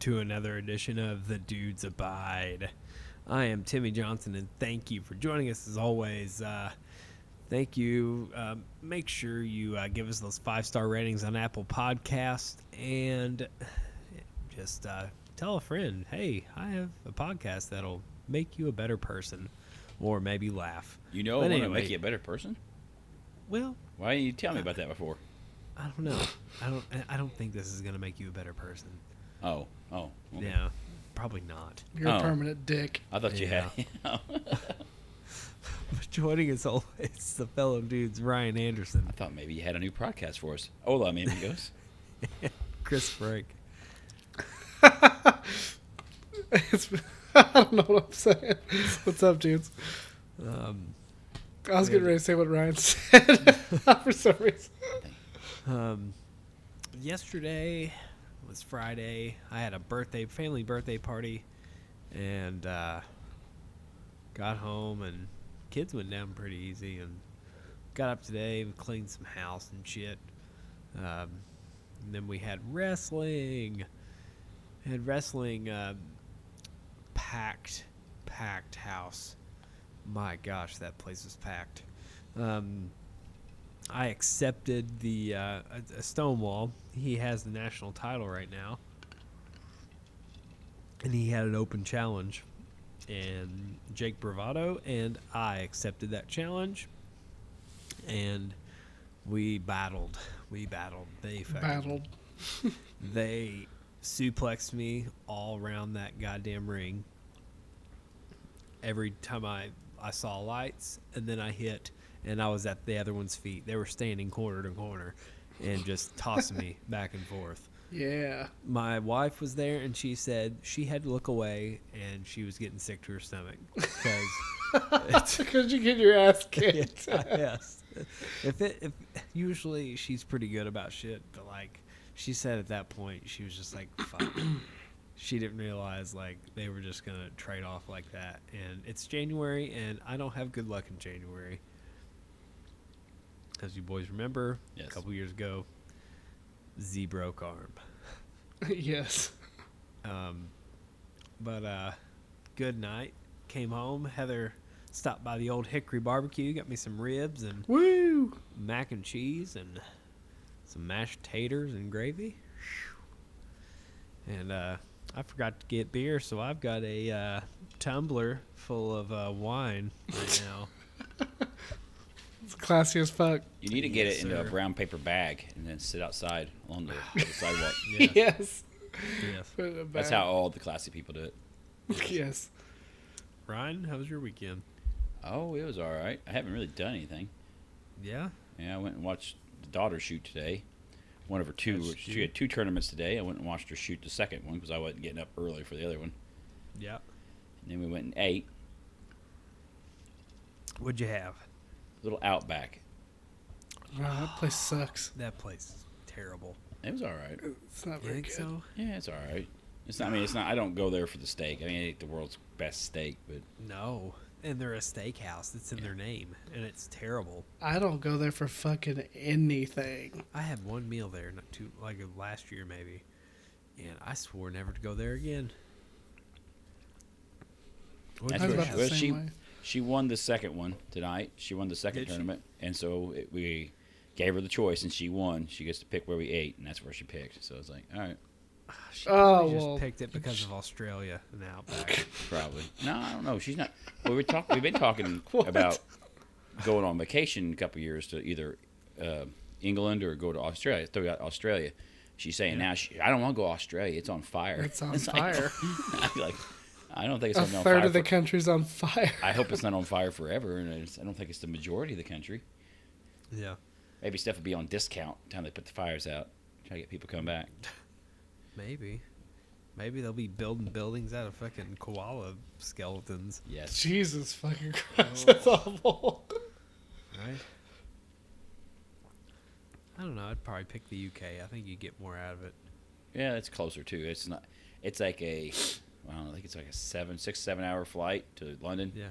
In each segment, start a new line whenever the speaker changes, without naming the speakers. to another edition of The Dudes Abide. I am Timmy Johnson, and thank you for joining us as always. Uh, thank you. Um, make sure you uh, give us those five star ratings on Apple Podcast, and just uh, tell a friend, hey, I have a podcast that'll make you a better person, or maybe laugh.
You know,
But
I want to
anyway-
make you a better person.
Well,
Why didn't you tell me about that before?
I don't know. I don't. I don't think this is gonna make you a better person.
Oh, oh. okay.
Yeah, probably not.
You're
Oh.
a permanent dick.
I thought you had.
But joining us always, the fellow dudes Ryan Anderson,
I thought maybe you had a new podcast for us. Hola, mi amigos.
Chris Frank,
It's, I don't know what I'm saying. What's up, dudes?
um,
I was getting ready to say what Ryan said for some reason.
Um, yesterday was Friday. I had a birthday, family birthday party, and uh, got home and kids went down pretty easy. And got up today and cleaned some house and shit. Um, and then we had wrestling. Had wrestling uh, packed, packed house. My gosh, that place was packed. Um, I accepted the uh, uh, Stonewall. He has the national title right now, and he had an open challenge, and Jake Bravado and I accepted that challenge, and we battled. We battled. They fucking
Battled.
they suplexed me all around that goddamn ring. Every time I I saw lights, and then I hit, and I was at the other one's feet. They were standing corner to corner, and just tossing me back and forth.
Yeah.
My wife was there, and she said she had to look away, and she was getting sick to her stomach because.
Could you get your ass kicked?
Yes, yes. If it, if usually she's pretty good about shit, but like she said at that point, she was just like, "Fuck." she didn't realize like they were just gonna trade off like that, and it's January, and I don't have good luck in January. As you boys remember,
Yes.
a couple years ago, Z broke arm.
yes.
Um, but uh, good night. Came home. Heather stopped by the old Hickory Barbecue, got me some ribs and
Woo!
mac and cheese and some mashed taters and gravy. And uh, I forgot to get beer, so I've got a uh, tumbler full of uh, wine right now.
It's classy as fuck.
You need to get
Yes,
it into
sir.
a brown paper bag and then sit outside on the, the sidewalk.
Yes,
Yes.
yes.
Put it in a
That's
bag.
how all the classy people do it.
Yes.
Ryan, how was your weekend?
Oh, it was all right. I haven't really done anything.
Yeah.
Yeah, I went and watched the daughter shoot today. One of her two.
That's
she
cute.
had two tournaments today. I went and watched her shoot the second one because I wasn't getting up early for the other one.
Yeah.
And then we went and ate
What'd you have?
a little Outback.
Wow, that place sucks.
That place is terrible.
It was all right.
It's not
You
very
think
good.
so?
Yeah, it's all right. It's not. I mean, it's not. I don't go there for the steak. I mean, I ate the world's best steak, but
No. And they're a steakhouse that's in their name, and it's terrible.
I don't go there for fucking anything.
I had one meal there, not too like last year maybe, and I swore never to go there again. What'd
That's
I was
you
about
she,
have?
the
well,
same
she,
way.
she won the second one tonight. She won the second
Did she?
tournament, and so it, we gave her the choice, and she won. She gets to pick where we ate, and that's where she picked. So it's like, all right,
She
Oh,
probably just
well,
picked it because of Australia and the Outback.
probably. no, I don't know. She's not. Well, we're talk, We've been talking about going on vacation a couple years to either uh, England or go to Australia. Throw out Australia. She's saying now, she, I don't want to go to Australia. It's on fire.
It's on
like-
fire.
I'm like, I don't think it's
A
on fire.
third of the
for-
country's on fire.
I hope it's not on fire forever, and it's, I don't think it's the majority of the country.
yeah,
Maybe stuff will be on discount the time they put the fires out. Try to get people to come back.
maybe, maybe they'll be building buildings out of fucking koala skeletons,
Yes.
Jesus fucking
Oh.
Christ, that's awful.
right? I don't know. I'd probably pick the UK. I think you get more out of it.
Yeah, it's closer too. It's not. It's like a. I don't know. I think it's like a seven, six, seven hour flight to London.
Yeah,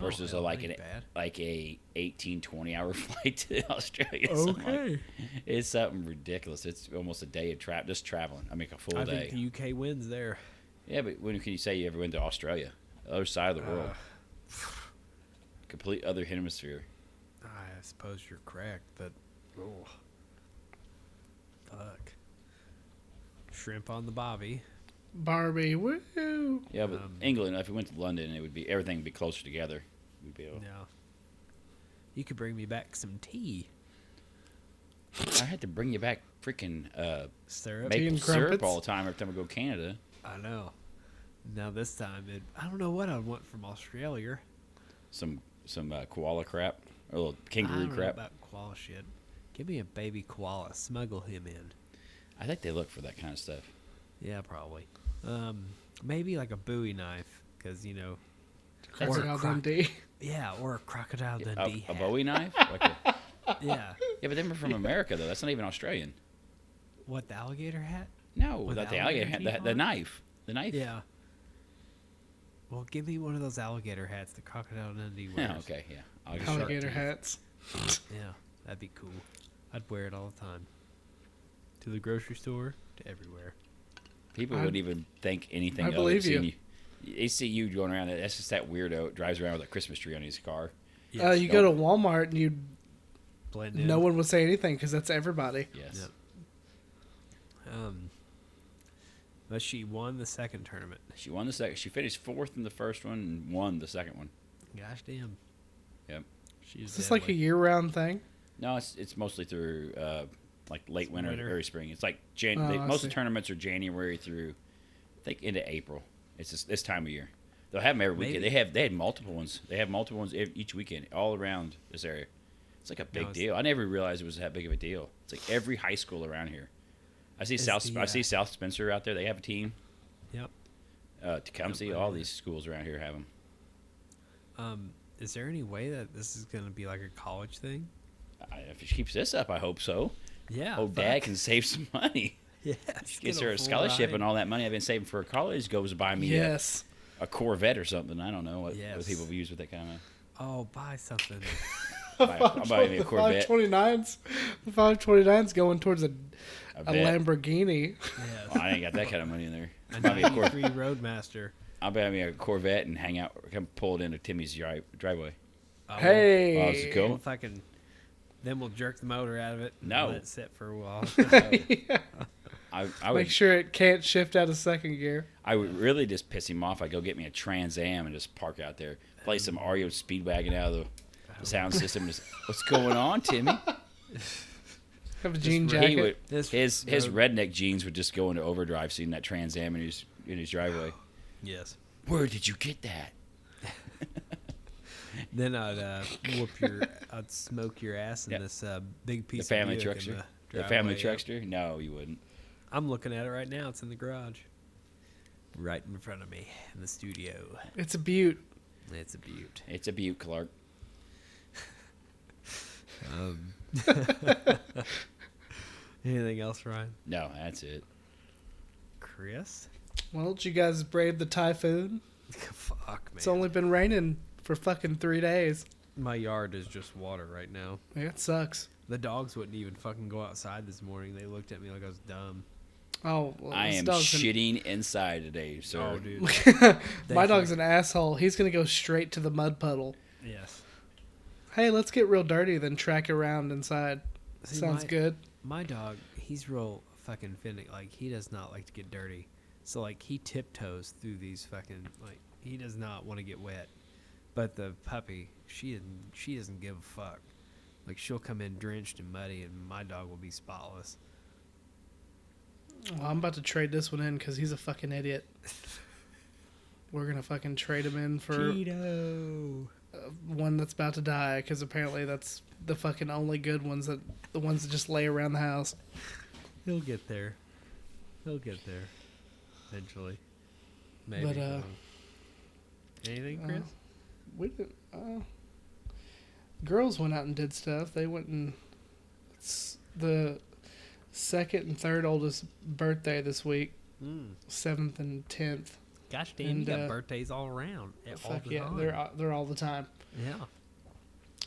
Oh,
versus
hell,
a, like
that
an
ain't bad.
like a 18 20 hour flight to Australia. So I'm like,
Okay.
it's something ridiculous. It's almost a day of trap just traveling. I mean, a full
I
day.
think the UK wins there.
yeah, but when can you say you ever went to Australia? Other side of the world.
Uh,
Complete other hemisphere.
I suppose you're correct, but oh, fuck. Shrimp on the bobby.
Barbie, woo!
Yeah, but
Um,
England. If we went to London, it would be everything would be closer together. We'd be able,
No. You could bring me back some tea.
I had to bring you back freaking uh,
Syrup.
Tea
maple
and
syrup
crumpets?
all the time every time I go to Canada.
I know. Now this time, it, I don't know what I want from Australia.
Some some uh, koala crap or a little
I
kangaroo
don't know
crap.
about koala shit. Give me a baby koala. Smuggle him in.
I think they look for that kind of stuff.
Yeah, probably. Um, maybe like a Bowie knife, because you know.
That's
or a
how
croc-
Dundee.
Yeah, or a crocodile
A,
Dundee.
a
hat.
Bowie knife. Like a- yeah,
Yeah.
but then we're from America though. That's not even Australian.
What the alligator hat?
No,
With
without the
alligator
alligator, hand-
teeth
the,
on
the
it?
knife, the knife.
Yeah. Well, give me one of those alligator hats the crocodile Dundee wears.
Yeah, okay, yeah. I'll get a shark
Alligator
teeth.
hats.
Yeah, that'd be cool. I'd wear it all the time. To the grocery store, to everywhere.
Uh,
People
I-
wouldn't even think anything.
I
of it
believe
seeing
you.
you. They see you going around. That's just that weirdo that drives around with a Christmas tree on his car.
Uh, you go to Walmart and you
blend in.
no one would say anything because that's everybody.
Yes.
Yep. Um, but she won the second tournament.
She won the second. She finished fourth in the first one and won the second one.
Gosh damn.
Yep.
She's
Is this like a year round thing?
No, it's it's mostly through uh, like late
It's
winter,
winter.
early spring. It's like Jan-
Oh,
they,
I
most
see.
of the tournaments are January through, I think into April. It's just this time of year. They'll have them every weekend.
Maybe.
They have they had multiple ones. They have multiple ones ev- each weekend all around this area. It's like a big
it's-
deal. I never realized it was that big of a deal. It's like every high school around here. I see
Is
South.
the,
I
uh,
see South Spencer out there. They have a team.
Yep.
Uh, Tecumseh.
Yeah,
All
but-
these schools around here have them.
Um, is there any way that this is going to be like a college thing?
I, if she keeps this up, I hope so.
Yeah.
oh,
fuck.
Dad can save some money.
Yeah.
Gets her a scholarship and all that money I've been saving for college goes to buy me a-
Yes.
a, Corvette or something. I don't know what,
Yes.
what people use with that kind
Oh, buy something.
of. Buy, I'll buy me a
the
Corvette.
529s, the 529s going towards a,
I,
a
bet.
Lamborghini.
yes.
Well, Oh, I ain't got that kind of money in there.
A
I'll buy, me a Cor-
93 Roadmaster.
I'll buy me a Corvette and hang out. Come pull it into Timmy's dri- driveway.
I
Oh,
will-
hey.
Well, it's a
We'll
cool.
fucking. Then we'll jerk the motor out of it. and
No.
Let it sit for a while.
I, I would.
Make sure it can't shift out of second gear.
I would really just piss him off. I go get me a Trans Am and just park out there, play some REO Speedwagon out of the sound system. Just, what's going on, Timmy?
Have a jean
He
jacket.
would,
This
his his
road-
redneck jeans would just go into overdrive seeing that Trans Am in his in his driveway.
yes.
Where did you get that?
Then I'd uh, whoop your, I'd smoke your ass in
Yeah.
this uh, big
The
piece.
family
of Buick in
truckster.
The,
The, family
driveway.
truckster? No, you wouldn't.
I'm looking at it right now. It's in the garage, right in front of me in the studio.
It's a butte.
It's a beaut.
It's a Butte Clark.
Um, anything else, Ryan?
No, that's it.
Chris?
Why don't you guys brave the typhoon?
Fuck, man.
It's only been raining for fucking three days.
My yard is just water right now.
Yeah, it sucks.
The dogs wouldn't even fucking go outside this morning. They looked at me like I was dumb.
Oh, well,
I
this
am
dog's an-
shitting inside today, sir.
Oh, dude.
My
Thank
dog's
you.
an asshole. He's gonna go straight to the mud puddle.
Yes.
Hey, let's get real dirty, then track around inside.
See,
Sounds
my-
good.
My dog, he's real fucking finicky. Like, he does not like to get dirty. So, like, he tiptoes through these fucking, like, he does not want to get wet. But the puppy, she didn't, she doesn't give a fuck. Like, she'll come in drenched and muddy, and my dog will be spotless.
Well, I'm about to trade this one in because he's a fucking idiot. We're gonna fucking trade him in for
Keto.
one that's about to die because apparently that's the fucking only good ones that the ones that just lay around the house.
He'll get there. He'll get there. Eventually. Maybe.
But, uh,
I don't know. Anything,
uh,
Chris?
We didn't. Uh, girls went out and did stuff. They went and s- the second and third oldest birthday this week,
Mm.
seventh and tenth.
Gosh damn,
And,
you got
uh,
birthdays all around. at all
Fuck
the
yeah,
time.
they're uh, they're all the time.
yeah.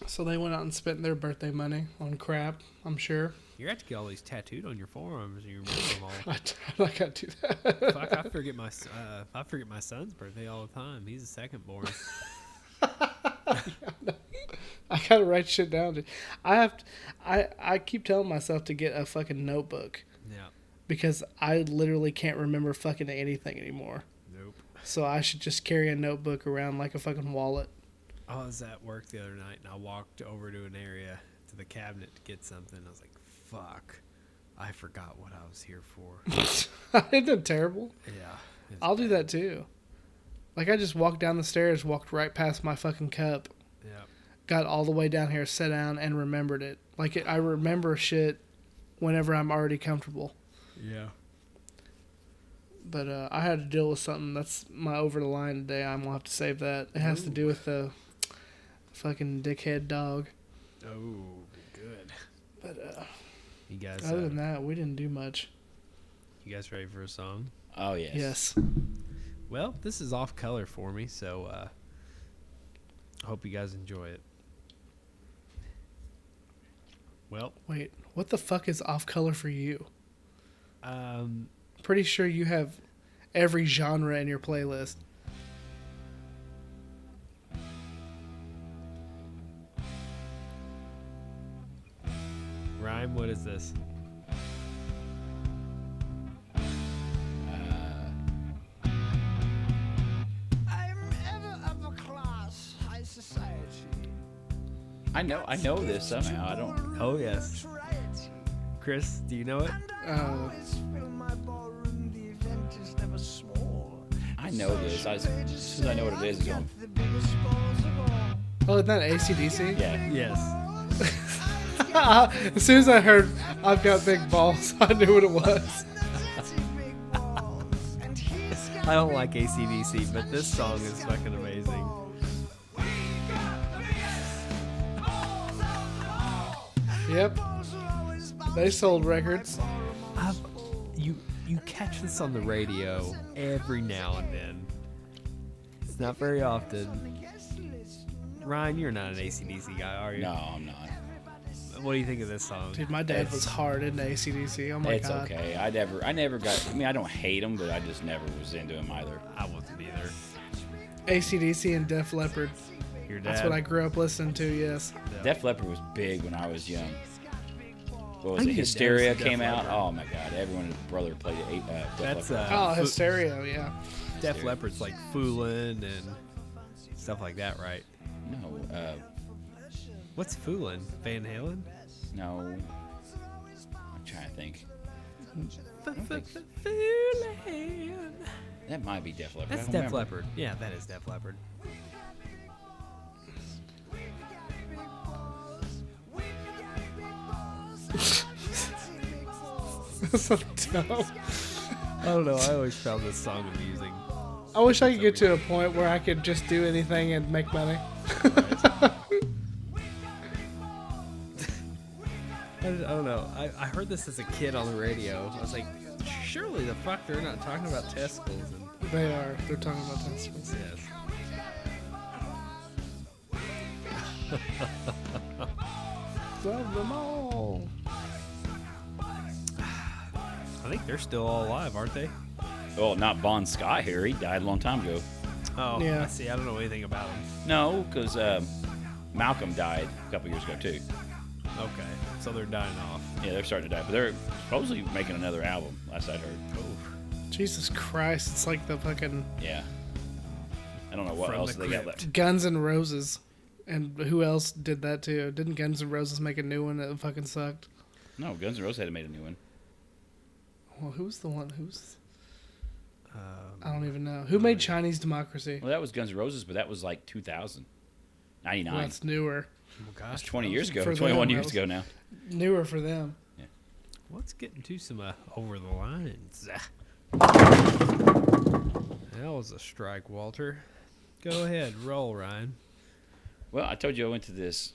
So they went out and spent their birthday money on crap. I'm sure.
You're gonna have to get all these tattooed on your forearms and you remember them all.
I, I can't do that.
Fuck, I forget my s- uh, I forget my son's birthday all the time. He's the second born.
I gotta write shit down. I have. To, I I keep telling myself to get a fucking notebook
Yeah.
because I literally can't remember fucking anything anymore.
Nope.
So I should just carry a notebook around like a fucking wallet.
I was at work the other night and I walked over to an area to the cabinet to get something. I was like, "Fuck, I forgot what I was here for."
Isn't that terrible?
yeah. it was
I'll do
bad.
that too. Like I just walked down the stairs, walked right past my fucking cup,
Yeah.
got all the way down here, sat down, and remembered it. Like it, I remember shit whenever I'm already comfortable.
Yeah.
But uh, I had to deal with something. That's my over the line today. I'm gonna have to save that. It has to do with the fucking dickhead dog.
Oh, good.
But uh,
You guys,
other
uh,
than that, we didn't do much.
you guys ready for a song?
Oh yes.
Yes.
Well, this is off color for me, so uh hope you guys enjoy it. Well,
Wait, what the fuck is off color for you?
um
Pretty sure you have every genre in your playlist.
Rhyme, what is this?
I'm ever upper class, high society.
I know. Oh, I know this somehow. I don't.
Oh, yes.
Notoriety.
Chris, do you know it?
And I
Oh.
always fill my ballroom. The event is never small.
I know this. I, as soon as I know what it is, it's
I've
going.
got the biggest balls of all.
Oh, isn't that ACDC?
Yeah.
Yes.
as soon as I heard I've got big balls, I knew what it was.
I don't like AC/DC, but this song is fucking amazing.
Yep. They sold records.
I've, you you catch this on the radio every now and then. It's not very often. Ryan, you're not an AC/DC guy, are you?
No, I'm not.
What do you think of this song?
Dude, my dad was hard into ACDC. Oh my
it's
god.
okay. I never. I never got. I mean, I don't hate him, but I just never was into him either.
I wasn't either.
ACDC and Def Leppard.
Your dad.
That's what I grew up listening to, yes.
Def Leppard was big when I was young. What
I
was
knew
it?
that
Hysteria
was Def
came out.
Leppard.
Oh my God! Everyone and his brother played it. Uh, Def
That's
Leppard.
uh,
Oh,
Foo-
Hysteria, yeah.
Def Leppard's like Foolin' and stuff like that, right?
no, uh,
What's Foolin'? Van Halen?
no. I'm trying to think.
Foolin'.
That might be Def Leppard. I
That's
don't
Def
remember.
Leppard. Yeah, that is Def Leppard.
so dumb.
I don't know. I always found this song amusing.
I wish I could get to a point where I could just do anything and make money.
I, I don't know. I, I heard this as a kid on the radio. I was like, surely the fuck they're not talking about testicles and
They are. They're talking about testicles.
yes.
Love them all.
I think they're still all alive, aren't they?
Well, not Bon Scott here. He died a long time ago.
Oh,
Yeah.
I see. I don't know anything about them.
No, because um, Malcolm died a couple years ago too.
Okay, so they're dying off.
Yeah, they're starting to die, but they're supposedly making another album. Last I heard.
Jesus Christ, it's like the fucking
Yeah. I don't know what
From
else
the
they got
crypt.
left.
Guns N' Roses. And who else did that too? Didn't Guns N' Roses make a new one that fucking sucked?
No, Guns N' Roses had to made a new one.
Well, who's the one? Who's.
Um,
I don't even know. Who made Chinese Democracy?
Well, that was Guns N' Roses, but that was like 2000, 99.
Well, that's newer.
well,
That's
gosh,
20 years ago,
For them,
21
that
years
was-
ago now.
Newer for them.
Let's get into some uh, over the lines. That was a strike, Walter. Go ahead, roll, Ryan.
Well, I told you I went to this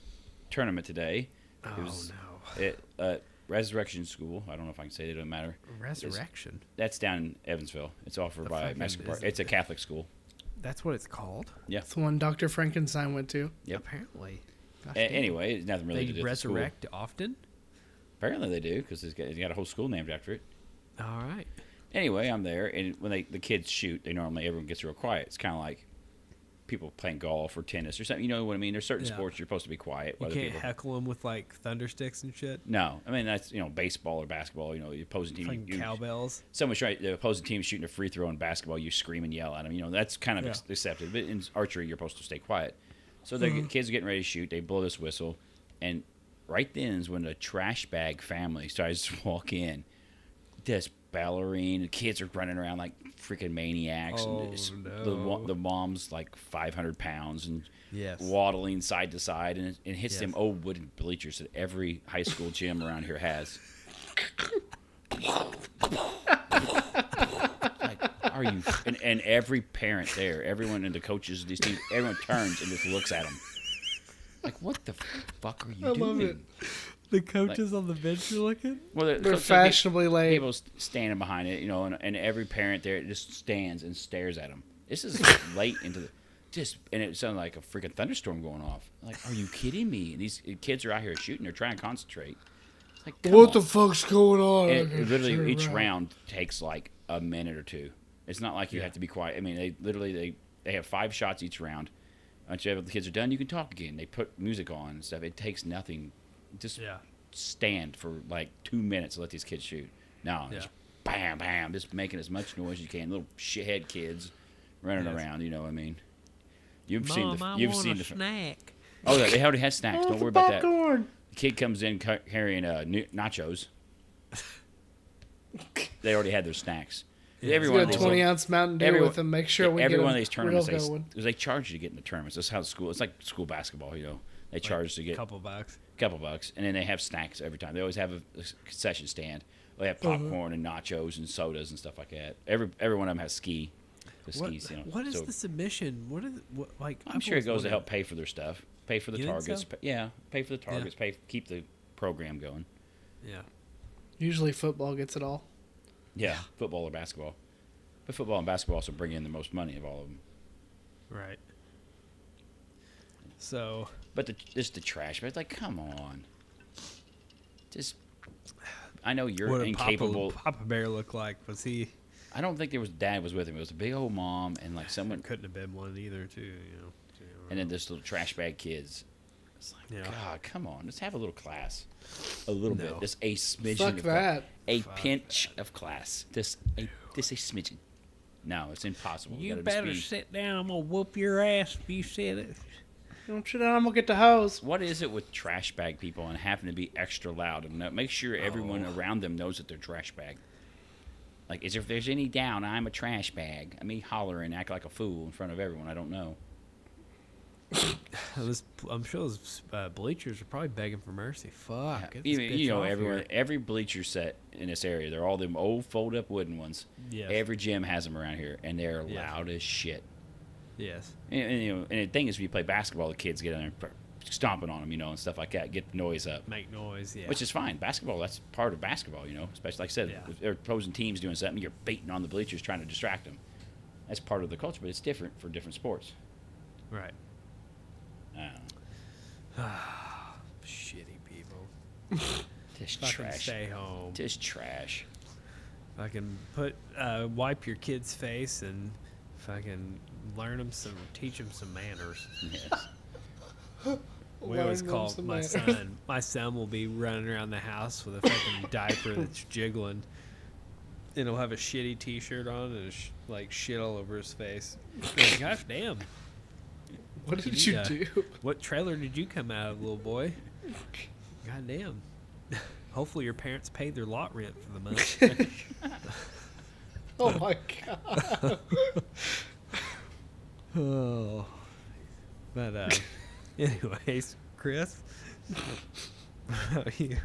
tournament today.
Oh
was-
no!
It uh, Resurrection School. I don't know if I can say it. It doesn't matter.
Resurrection.
That's down in Evansville. It's offered
The
by
fuck
Mexican
is
Park.
it?
It's a Catholic school.
That's what it's called.
Yeah.
It's the one Dr. Frankenstein went to.
Yep.
Apparently. Gosh,
A-
damn.
anyway, it's nothing really
they
to do with the school.
resurrect often.
Apparently they do because it's got, it's got a whole school named after it.
All right.
Anyway, I'm there, and when they the kids shoot, they normally everyone gets real quiet. It's kind of like people playing golf or tennis or something. You know what I mean? There's certain
Yeah.
sports you're supposed to be
You
quiet. while other
can't
people.
heckle them with like thunder sticks and shit.
No, I mean that's you know baseball or basketball. You know the opposing team.
Fucking
you-
cowbells.
someone's trying the opposing team shooting a free throw in basketball, you scream and yell at them. You know that's kind of
Yeah.
ex- accepted. But in archery, you're supposed to stay quiet. So the
Mm-hmm.
kids are getting ready to shoot. They blow this whistle, and right then is when the trash bag family starts to walk in. This ballerine, the kids are running around like freaking maniacs.
Oh,
and it's- the,
no.
wa- the mom's like 500 pounds and
Yes.
waddling side to side, and it, it hits
Yes.
them old wooden bleachers that every high school gym around here has. Are you? And, and every parent there, everyone in the coaches, these teams, everyone turns and just looks at them. Like, what the fuck are you
I
doing?
love it.
The coaches on the bench are looking.
Well, they're,
They're fashionably late.
People standing behind it, you know, and, and every parent there just stands and stares at them. This is late into the just, and it sounded like a freaking thunderstorm going off. Like, are you kidding me? And these kids are out here shooting. They're trying to concentrate. It's like, come
What
on.
the fuck's going on?
And it-
Okay,
it literally,
turn
each
around.
round takes like a minute or two. It's not like you have to be quiet. I mean, they literally they they have five shots each round. Once you have- the kids are done, you can talk again. They put music on and stuff. It takes nothing. Just
Yeah.
stand for like two minutes to let these kids shoot. No,
Yeah.
just bam, bam, just making as much noise as you can. Little shithead kids running
Yes.
around. You know what I mean? You've seen
Mom,
the.
I
you've
want
seen
a
the.
snack.
Oh, they already had snacks.
Oh,
Don't
the
worry about that.
popcorn.
The kid comes in ca- carrying uh, nu- nachos. they already had their snacks. Every
Let's
one
get
of
a
these
20
little-
ounce Mountain Dew
everyone-
with them. Make sure we
every
get
one
a
of these tournaments,
real
they,
good one.
because they charge you to get in the tournaments. That's how school. It's like school basketball, you know. They charge to get a couple.
couple bucks.
bucks, and then they have snacks every time. They always have a, a concession stand. They have
Mm-hmm.
popcorn and nachos and sodas and stuff like that. Every every one of them has ski. The
What,
skis, you know.
what is
so
the submission? What is what, like?
I'm
I've
sure it
always
goes to
wondered-
help pay for their stuff, pay for the
You think
targets,
so?
pa- yeah, pay for the targets, pay keep the program going.
Yeah.
Usually football gets it all.
Yeah, football or basketball. But football and basketball also bring in the most money of all of them.
Right. So
But the, just the trash. But it's like, come on. Just, I know you're
what did
incapable.
Papa, Papa Bear look like? Was he?
I don't think there was dad was with him. It was a big old mom and like someone,
Couldn't have been one either, too. You know.
and then this little trash bag kids. It's like,
Yeah.
God, come on. Just have a little class, a little
No.
bit. Just a smidgen.
Fuck
of cla-
that.
A
Fuck
pinch of class. Just a, just a smidgen. No, it's impossible.
You
gotta just
better
be-
sit down. I'm gonna whoop your ass if you said it.
Don't you know I'm gonna get the hose.
What is it with trash bag people and having to be extra loud and no- make sure everyone
Oh.
around them knows that they're trash bag? Like, is if there's any doubt, I'm a trash bag. I mean, holler and act like a fool in front of everyone. I don't know.
Those- Oh, I'm sure those uh, bleachers are probably begging for mercy. Fuck. get this
Even, you
bitch
know,
off
everyone,
here.
every bleacher set in this area, they're all them old fold up wooden ones.
Yes.
Every gym has them around here, and they're
Yes.
loud as shit.
Yes.
And, and, you know, and the thing is, if you play basketball, the kids get in there and stomping on them, you know, and stuff like that, get the noise up.
Make noise. Yeah.
which is fine. Basketball, that's part of basketball, you know. Especially like I said,
Yeah.
if they're opposing teams doing something, you're baiting on the bleachers trying to distract them. That's part of the culture, but it's different for different sports.
right.
I don't know. Ah.
Shitty people.
Just
Fucking
trash.
stay home.
Just trash.
Fucking put uh, wipe your kid's face and fucking learn them some, teach them some manners.
Yes.
We always
Learn 'em
call
some
my
manners.
son. My son will be running around the house with a fucking diaper that's jiggling, and he'll have a shitty T-shirt on and sh- like shit all over his face. Like, Gosh damn!
What did
you uh,
you
do?
do?
What trailer did you come out of, little boy? God damn! Hopefully your parents paid their lot rent for the month.
Oh my god.
oh, but uh, anyways, Chris, how are you?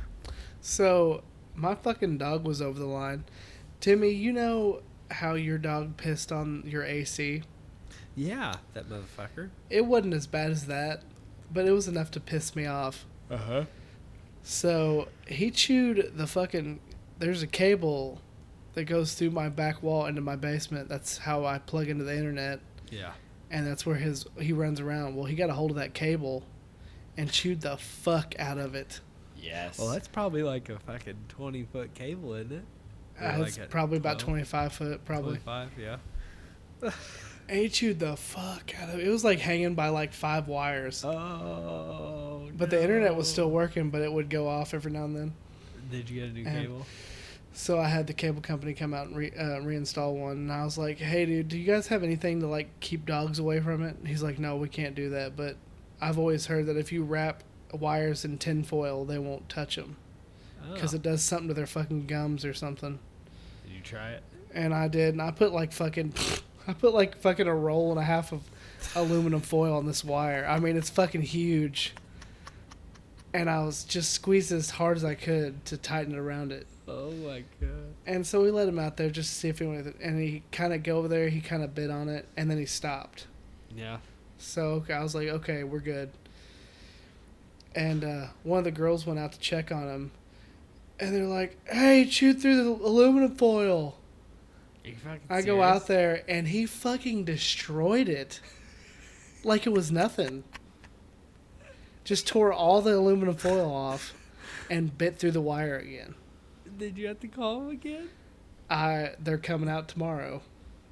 So my fucking dog was over the line. Timmy, you know how your dog pissed on your AC?
Yeah, that motherfucker.
It wasn't as bad as that, but it was enough to piss me off.
Uh huh.
So he chewed the fucking. There's a cable that goes through my back wall into my basement. That's how I plug into the internet,
Yeah.
and that's where his he runs around. Well, he got a hold of that cable, and chewed the fuck out of it.
Yes.
Well, that's probably like a fucking 20 foot cable, isn't it? Or
Uh, it's
like a
probably about
12,
25 foot, probably.
25, yeah.
And he chewed the fuck out of it. It was like hanging by like five wires.
Oh.
But the internet was
no.
still working, but it would go off every now and then.
Did you get a new
And-
cable?
So I had the cable company come out and re, uh, reinstall one, and I was like, "Hey, dude, do you guys have anything to like keep dogs away from it?" And he's like, "No, we can't do that." But I've always heard that if you wrap wires in tin foil, they won't touch them because
Oh.
it does something to their fucking gums or something.
Did you try it?
And I did, and I put like fucking, I put like fucking a roll and a half of aluminum foil on this wire. I mean, it's fucking huge. And I was just squeezed as hard as I could to tighten it around it.
Oh my god.
And so we let him out there just to see if he went. And he kind of go over there. He kind of bit on it, and then he stopped.
Yeah.
So okay, I was like, okay, we're good. And uh, one of the girls went out to check on him, and they're like, "Hey, chewed through the aluminum foil." I go out there, and he fucking destroyed it, like it was nothing. Just tore all the aluminum foil off, and bit through the wire again.
Did you have to call him again?
I they're coming out tomorrow,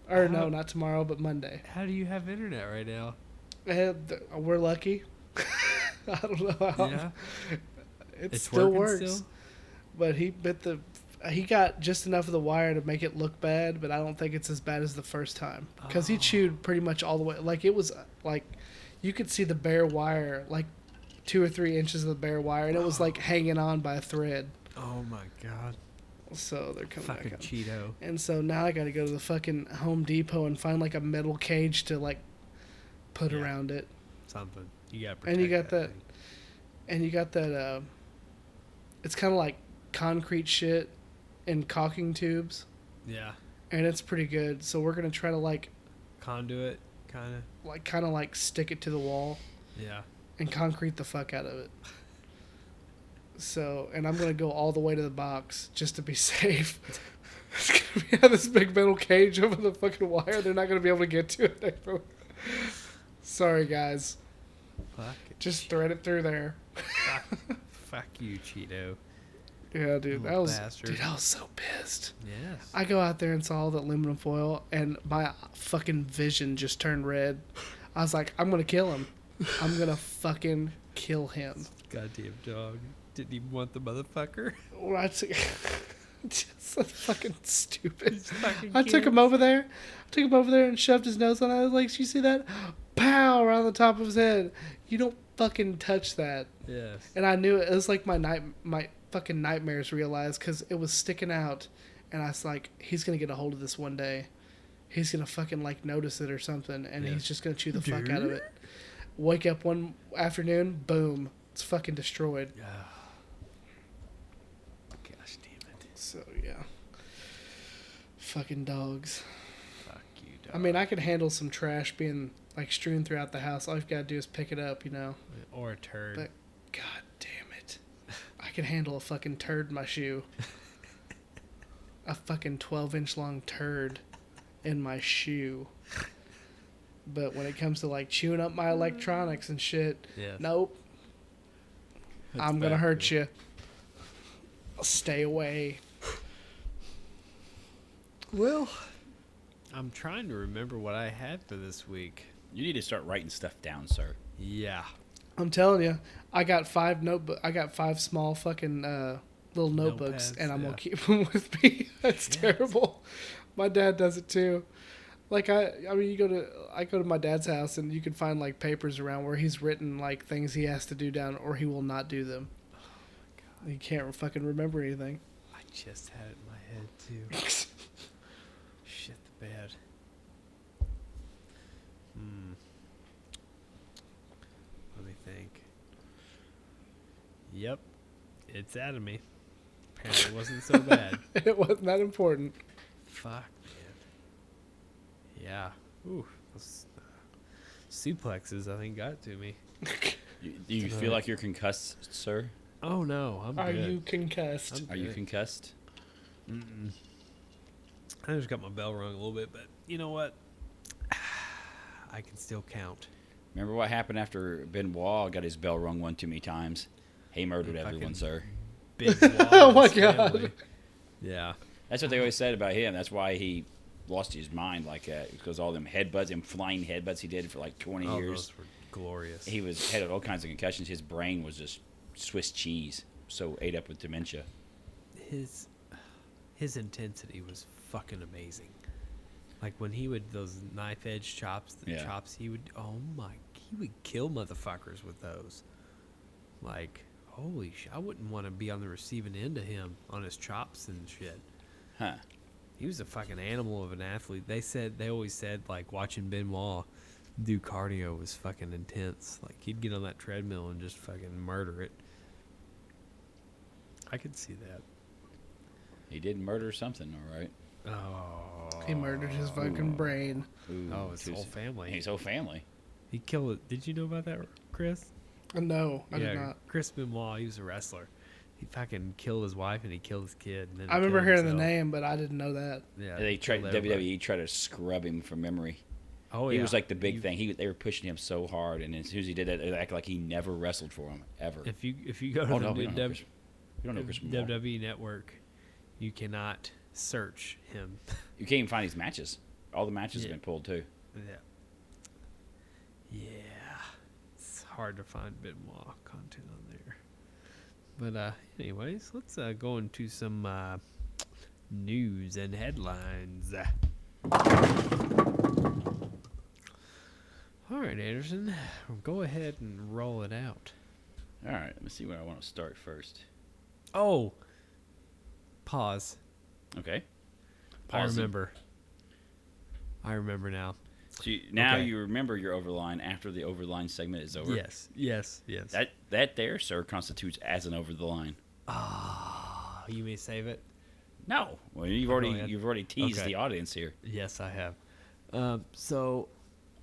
or no,
How-
not tomorrow, but Monday.
How do you have internet right now?
Eh, th- we're lucky. I don't know how
yeah.
it
It's
still
working
works,
still?
but he bit the. He got just enough of the wire to make it look bad, but I don't think it's as bad as the first time because he
Oh.
chewed pretty much all the way. Like it was uh, like, you could see the bare wire, like two or three inches of the bare wire, and it was like hanging on by a thread.
Oh my god.
So they're coming
Fucking
back out.
Cheeto.
And so now I gotta go to the fucking Home Depot and find like a metal cage to like put
Yeah.
around it.
Something. You got
And you got that- And you got that uh it's kinda like concrete shit and caulking tubes.
Yeah.
And it's pretty good. So we're gonna try to like
Conduit, kind of.
like kinda like stick it to the wall
Yeah.
and concrete the fuck out of it. So and I'm gonna go all the way to the box just to be safe. It's gonna be have this big metal cage over the fucking wire. They're not gonna be able to get to it. ever. Sorry guys.
Fuck.
Just thread it through there.
Fuck you, Cheeto.
Yeah, dude, that
Little
was
bastard.
dude. I was so pissed.
Yes.
I go out there and saw all the aluminum foil, and my fucking vision just turned red. I was like, I'm gonna kill him. I'm gonna fucking kill him.
Goddamn dog. Didn't even want the motherfucker.
When I took, just so fucking stupid.
fucking
I took him over there. I took him over there and shoved his nose on. I was like, you see that? Pow! Around the top of his head. You don't fucking touch that.
Yes.
and I knew it, it was like my night, my fucking nightmares realized because it was sticking out, and I was like, he's gonna get a hold of this one day, he's gonna fucking like notice it or something, and
Yeah.
he's just gonna chew the fuck out of it. Wake up one afternoon, boom, it's fucking destroyed.
Ah. Gosh damn it.
So yeah, fucking dogs.
Fuck you, dog.
I mean, I could handle some trash being like strewn throughout the house. All you've got to do is pick it up, you know.
Or a turd.
But- God damn it. I could handle a fucking turd in my shoe. a fucking 12 inch long turd in my shoe. But when it comes to like chewing up my electronics and shit,
yes.
nope,
That's
I'm gonna
back
hurt
to-
you. Stay away. Well,
I'm trying to remember what I had for this week.
You need to start writing stuff down, sir.
Yeah.
I'm telling you, I got five notebook. I got five small fucking uh, little notebooks,
Notepads,
and I'm
yeah.
gonna keep them with me. That's
Yeah.
terrible. My dad does it too. Like I, I mean, you go to I go to my dad's house, and you can find like papers around where he's written like things he has to do down, or he will not do them.
Oh,
He can't fucking remember anything.
I just had it in my head too. Shit the bed. Hmm. Let me think. Yep. It's out of me. Apparently it wasn't so bad.
it wasn't that important.
Fuck, man. Yeah. Ooh. those, uh, suplexes, I think, got to me.
You, do you feel like you're concussed, sir?
Oh no, I'm
Are
good.
you concussed?
I'm
Are you
good.
concussed?
I just got my bell rung a little bit, but you know what? I can still count.
Remember what happened after Benoit got his bell rung one too many times? He murdered
Fucking-
everyone, sir.
Big
Oh my
Wallace
God.
family. Yeah.
That's what they always said about him. That's why he lost his mind like that because all them headbutts and flying headbutts he did for like 20
Oh,
years.
those were glorious.
He was had all kinds of concussions. His brain was just Swiss cheese, so ate up with dementia.
his his intensity was fucking amazing. Like when he would those knife edge chops, the
Yeah.
chops he would oh my, he would kill motherfuckers with those. Like holy sh, I wouldn't want to be on the receiving end of him on his chops and shit.
Huh.
He was a fucking animal of an athlete. They said they always said like watching Benoit do cardio was fucking intense. Like he'd get on that treadmill and just fucking murder it. I could see that.
He did murder something, all right.
Oh.
he murdered his fucking brain.
Ooh,
Oh, his
too
whole
soon.
family.
His whole family.
He killed it. Did you know about that, Chris?
Uh, No, I
yeah,
did not.
Chris Benoit. He was a wrestler. He fucking killed his wife and he killed his kid. And then
I
he
remember
killed
hearing the
himself.
name, but I didn't know that.
Yeah,
they
he
tried
killed everybody.
WWE tried to scrub him from memory.
Oh
he
yeah,
was like the big
You-
thing. He they were pushing him so hard, and as soon as he did that, they act like he never wrestled for him ever.
If you if you go to
oh
the
no, we
new
don't, know
W- E
Chris, we don't know Chris Benoit.
WWE E network, you cannot search him.
You can't even find these matches. All the matches
Yeah.
have been pulled too.
yeah. Yeah. It's hard to find Benoit content on there. But uh anyways, let's uh go into some uh news and headlines. All right, Anderson, go ahead and roll it out.
All right, let me see where I want to start first.
Oh. Pause. I
Okay. Pause it.
remember. I remember now.
So you, now
Okay.
you remember your overline after the overline segment is over.
Yes, yes, yes.
That that there, sir, constitutes as an over the line.
Oh, you may save it.
No. Well, you've already
go ahead.
you've already teased
Okay.
the audience here.
Yes, I have. Um, so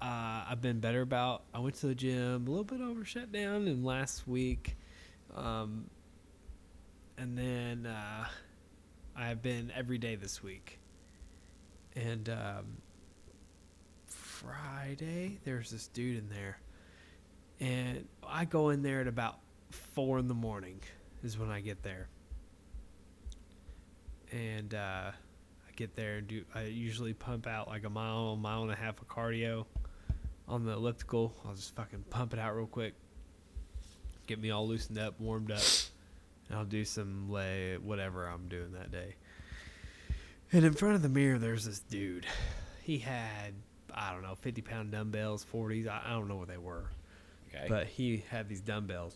uh, I've been better about. I went to the gym a little bit over shut down and last week, um, and then uh, I've been every day this week. And um, Friday, there's this dude in there, and I go in there at about four in the morning is when I get there, and. Uh, I get there and do. I usually pump out like a mile, mile and a half of cardio on the elliptical. I'll just fucking pump it out real quick, get me all loosened up, warmed up, and I'll do some lay whatever I'm doing that day. And in front of the mirror, there's this dude. He had I don't know 50 pound dumbbells, 40s. I, I don't know what they were,
Okay.
but he had these dumbbells.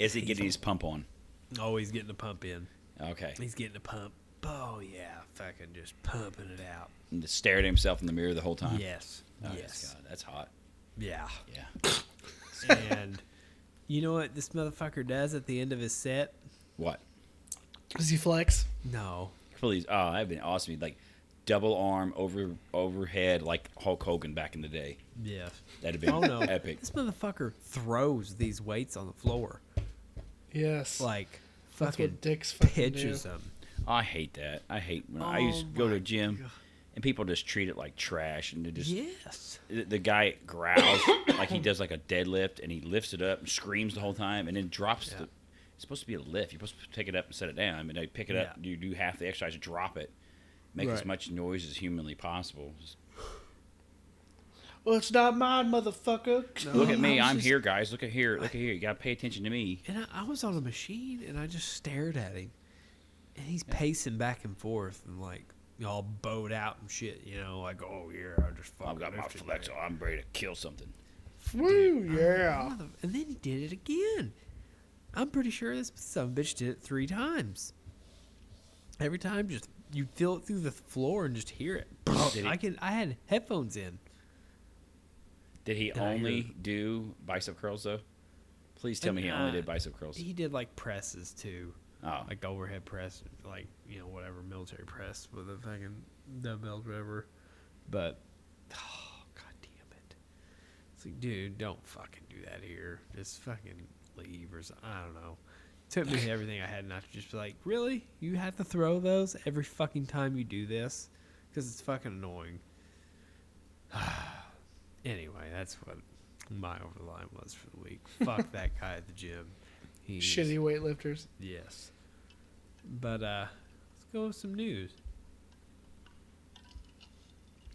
is he getting his pump on?
Always Oh, getting a pump in.
Okay.
He's getting a pump. Oh yeah, fucking just pumping it out.
And just stared at himself in the mirror the whole time.
Yes.
Oh,
yes.
God, that's hot.
Yeah.
Yeah.
and you know what this motherfucker does at the end of his set?
what?
Does he flex?
No.
Please. Oh, that'd been awesome. He'd, Like double arm over overhead like Hulk Hogan back in the day.
Yeah.
That'd have been
Oh no.
epic.
This motherfucker throws these weights on the floor.
Yes.
Like
That's
fucking
what dicks fucking do.
pitches them.
I hate that. I hate when I
Oh,
used to go to
my
a gym and people just treat it like trash and they just
Yes.
the the guy growls like he does like a deadlift and he lifts it up and screams the whole time and then drops
Yeah.
the it's supposed to be a lift you're supposed to take it up and set it down and they pick it up
Yeah.
you do half the exercise drop it make as
Right.
much noise as humanly possible Just
Well, it's not mine, motherfucker.
look at me
I was
i'm
just-
here guys look at here look at here you gotta pay attention to me
And I, I was on a machine and I just stared at him. And he's pacing back and forth and like all bowed out and shit, you know, like, oh yeah, I just fucking
i've got my
lifted
flex
weight."
on, i'm ready to kill something
Woo, yeah.
Mother- and then he did it again. I'm pretty sure this son of a bitch did it three times. Every time, just you feel it through the floor and just hear it.
Did he-
I can. I had headphones in.
did he
And I hear-
only do bicep curls though please tell
And,
me he only
uh,
did bicep curls
He did like presses too,
oh
like the overhead press, like you know whatever military press with a fucking dumbbells, whatever. But oh god damn it! It's like, dude, don't fucking do that here. Just fucking leave or something. I don't know. Took me everything I had not to just be like, really? You have to throw those every fucking time you do this? Because it's fucking annoying. anyway, that's what my over the line was for the week. Fuck that guy at the gym. He's,
Shitty weightlifters.
Yes. But uh, let's go with some news.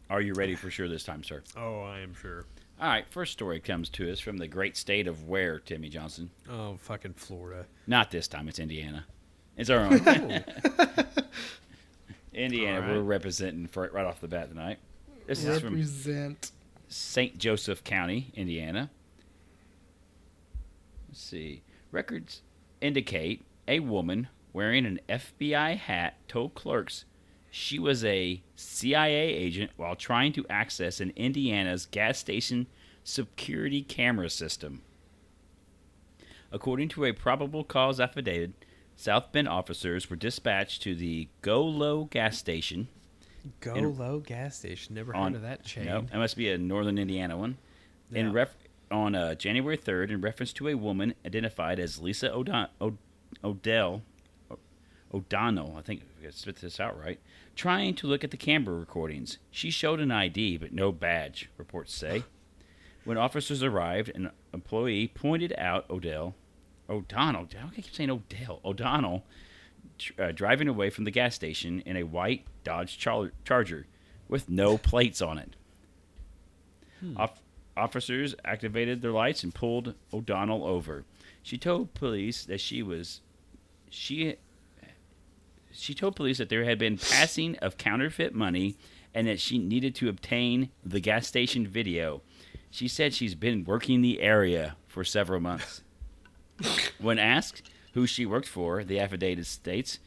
Are you ready for sure this time, sir?
Oh, I am sure.
All right, first story comes to us from the great state of where, Timmy Johnson?
Oh, fucking Florida.
Not this time, it's Indiana. It's our own.
Ooh.
Indiana,
All right.
we're representing for, right off the bat tonight. This is from
Represent.
St. Joseph County, Indiana. Let's see. Records indicate a woman wearing an FBI hat told clerks she was a CIA agent while trying to access an Indiana's gas station security camera system. According to a probable cause affidavit, South Bend officers were dispatched to the Go Low gas station
Go
In-
Low gas station. Never
on-
heard of that chain.
No, that must be a Northern Indiana one.
Yeah.
In ref on uh, January third, in reference to a woman identified as Lisa Odon- o- Odell O- O'Donnell, I think I spit this out right, trying to look at the camera recordings. She showed an ID but no badge. Reports say. when officers arrived, an employee pointed out Odell O'Donnell. How can I keep saying Odell O'Donnell? tr- uh, driving away from the gas station in a white Dodge Char- Charger with no plates on it. Off- officers activated their lights and pulled O'Donnell over. She told police that she was she she told police that there had been passing of counterfeit money and that she needed to obtain the gas station video. She said she's been working the area for several months. When asked who she worked for, the affidavit states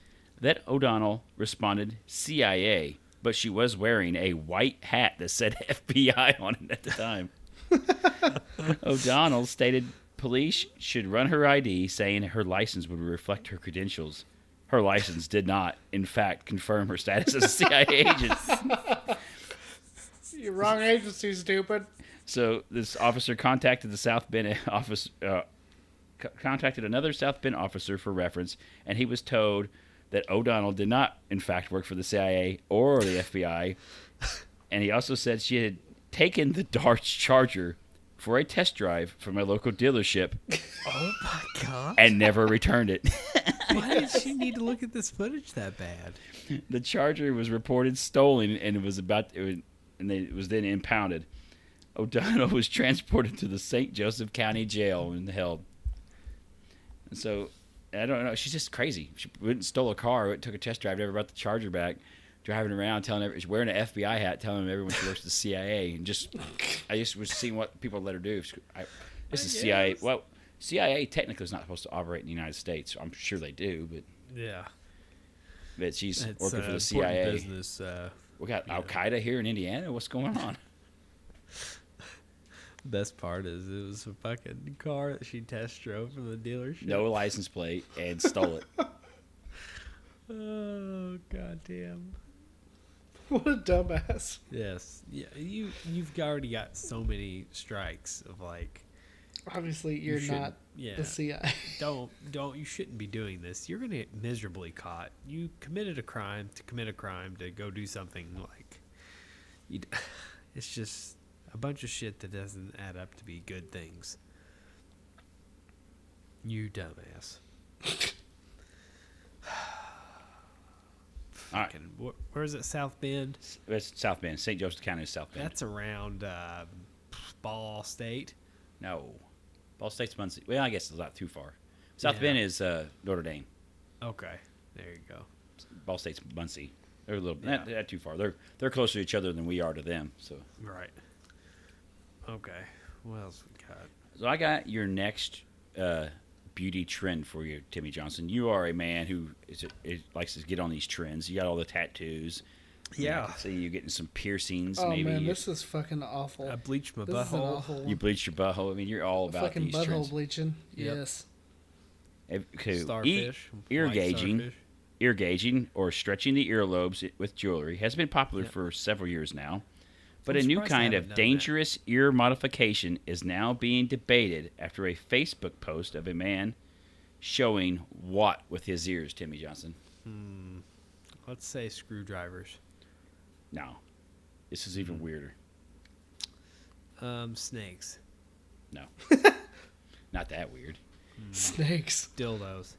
that O'Donnell responded CIA, but she was wearing a white hat that said FBI on it at the time. O'Donnell stated police should run her ID, saying her license would reflect her credentials. Her license did not, in fact, confirm her status as a CIA agent.
You're wrong agency, stupid.
So this officer contacted the South Bend office, uh, c- contacted another South Bend officer for reference, and he was told that O'Donnell did not, in fact, work for the CIA or the FBI. And he also said she had taken the Dodge Charger for a test drive from a local dealership
Oh my god.
and never returned it.
Why did she need to look at this footage that bad?
the charger was reported stolen and it was about it was, and then it was then impounded. O'Donnell was transported to the St. Joseph County Jail and held. And so I don't know. She's just crazy. She went and stole a car, went, took a test drive, never brought the charger back, driving around telling everyone, she's wearing an FBI hat, telling everyone she works for the CIA, and just I just was seeing what people let her do. I, this is CIA.
guess.
Well, CIA technically is not supposed to operate in the United States. I'm sure they do, but
Yeah.
but she's
It's
working
uh,
for the
important
CIA.
business. Uh,
We got
Yeah.
Al Qaeda here in Indiana. What's going on?
best part is it was a fucking car that she test drove from the dealership.
No license plate and stole it.
Oh goddamn.
What a dumbass.
Yes. Yeah. You you've already got so many strikes of like.
Obviously,
you
you're
shouldn't-
not
Yeah.
the CI.
don't don't you shouldn't be doing this. You're gonna get miserably caught. You committed a crime to commit a crime to go do something like. You, d- it's just a bunch of shit that doesn't add up to be good things. You dumbass.
All right,
Fucking wh- where's it? South Bend.
that's South Bend, St. Joseph County, is South Bend.
That's around uh, Ball State.
no, Ball State's Muncie. Well, I guess it's not too far. South
Yeah.
Bend is uh, Notre Dame.
Okay, there you go.
Ball State's Muncie. They're a little
Yeah.
not, not too far. They're they're closer to each other than we are to them. So
Right. Okay. What else we got?
so I got your next uh, beauty trend for you, Timmy Johnson. You are a man who is, is, likes to get on these trends. You got all the tattoos. I mean, I
Yeah.
can see you getting some piercings.
Oh
maybe
man,
you,
this is fucking awful.
I bleached my
Uh, this is an
butthole.
awful one.
you bleach your butthole. I mean, you're all about
fucking
these
butthole
trends.
bleaching.
Yep.
Yes.
Ev- okay, e-
Starfish.
ear
white
gauging,
starfish.
ear gauging, or stretching the earlobes i- with jewelry has been popular
Yep.
for several years now. But
I'm
a new
surprised they
kind
haven't
of
done that.
dangerous ear modification is now being debated after a Facebook post of a man showing what with his ears, Timmy Johnson.
Let's say screwdrivers.
No. This is
Hmm.
even weirder.
Um, snakes.
No. Not that weird. Mm.
Snakes.
Dildos.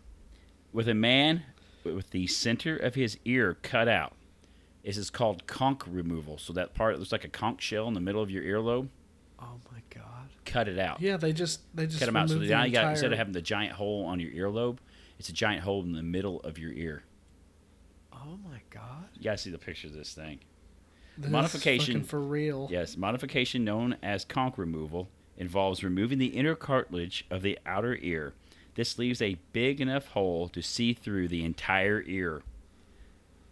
With a man with the center of his ear cut out. This is called conch removal. So that part that looks like a conch shell in the middle of your earlobe,
Oh my god.
cut it out.
Yeah, they just they just
cut them out. So
removed
now
the
you got
entire-
instead of having the giant hole on your earlobe, it's a giant hole in the middle of your ear.
Oh my god.
You gotta see the picture of this thing.
This is
modification-
fucking for real.
Yes, modification known as conch removal involves removing the inner cartilage of the outer ear. This leaves a big enough hole to see through the entire ear.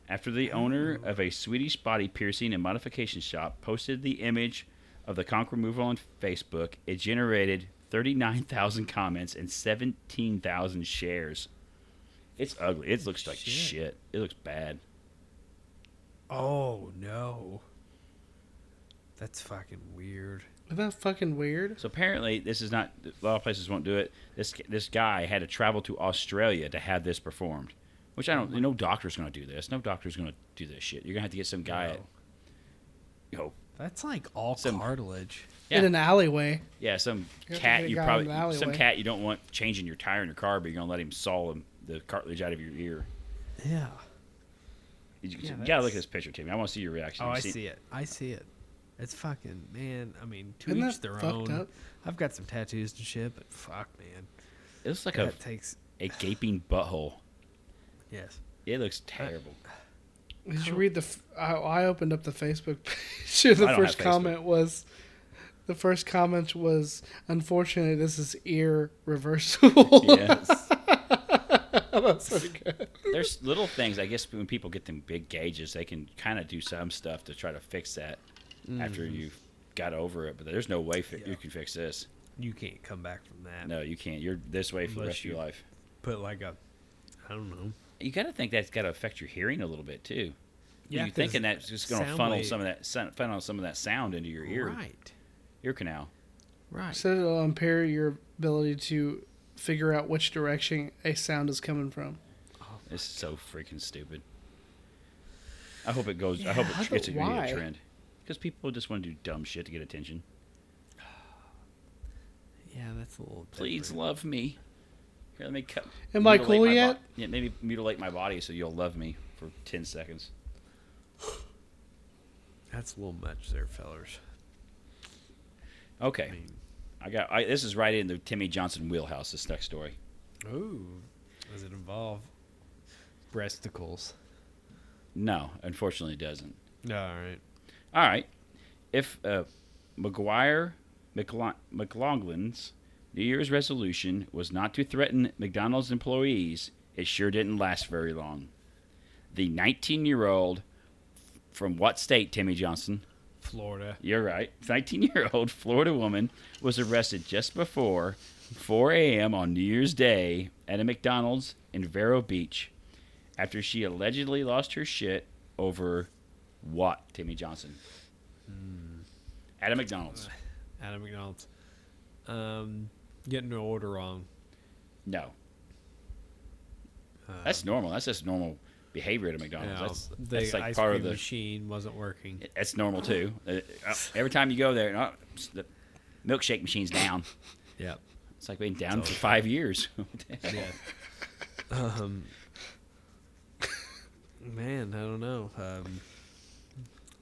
After the owner of a Swedish body piercing and modification shop posted the image of the conch removal on Facebook, it generated 39,000 comments and 17,000 shares. It's ugly. It looks like
Shit.
shit. It looks bad.
Oh no. That's fucking weird.
Isn't that fucking weird?
So apparently, this is not a lot of places won't do it. This this guy had to travel to Australia to have this performed, which I don't. No doctor's going to do this. No doctor's going to do this shit. You're going to have to get some guy. At,
No.
you know,
That's like all
Some-
cartilage.
Yeah.
In an alleyway.
yeah, some
You have to get
cat
a
you
guy
probably
in an
some
alleyway.
cat you don't want changing your tire in your car, but you're going to let him saw him, the cartilage out of your ear.
Yeah.
You,
Yeah,
you got to look
that's-
at this picture, Timmy. I want to see your reaction.
Oh,
You've
I
seen-
see it. I see it. It's fucking man. I mean, to
Isn't
each
that
their
fucked
own.
up?
I've got some tattoos and shit, but fuck, man,
It looks like a,
that takes
a gaping butthole.
yes.
It looks terrible.
Did you read the? f- I, I opened up the Facebook page. the
I don't
first
have Facebook.
comment was, the first comment was, unfortunately, this is ear reversible.
yes.
That's pretty good.
there's little things i guess when people get them big gauges they can kind of do some stuff to try to fix that after
Mm-hmm.
you've got over it but there's no way fi-
Yeah.
you can fix this
You can't come back from that.
no you can't you're this way for the
Unless
rest of your
you-
life
Put like a, I don't know.
you got to think that's got to affect your hearing a little bit too
Yeah,
you're
'cause
thinking that's just going to
sound
funnel
wave-
some of that sun- funnel some of that sound into your ear
Right.
ear canal
Right.
Said it'll impair your ability to figure out which direction a sound is coming from.
it's so freaking stupid i hope it goes i hope
Yeah,
it gets
but
to be a
why?
trend because people just want to do dumb shit to get attention
yeah, that's a little.
Please
different.
love me. Here, let me cut.
Am I
mutilate
cool
my bo-
yet?
yeah, maybe mutilate my body so you'll love me for ten seconds.
That's a little much, there, fellers.
Okay, I got. I, this is right in the Timmy Johnson wheelhouse. This next story.
Ooh, does it involve breasticles?
No, unfortunately, it doesn't.
All right.
All right. If uh, McGuire McLa- McLaughlin's New Year's resolution was not to threaten McDonald's employees, it sure didn't last very long. The 19-year-old from what state, Timmy Johnson?
Florida.
You're right. 19 year old Florida woman was arrested just before 4 a.m. on New Year's Day at a McDonald's in Vero Beach after she allegedly lost her shit over what, Timmy Johnson?
Hmm.
At a McDonald's.
Uh. Adam McDonald's. Um, getting the order wrong.
No. That's normal. That's just normal behavior at a McDonald's.
Uh. Yeah,
Oh, That's,
the
that's like
ice
part
cream
of the.
machine wasn't working.
That's normal too. Uh, uh, every time you go there, uh, the milkshake machine's down.
Yep.
It's like being down for five years. What the hell?
Yeah. um, man, I don't know. Um,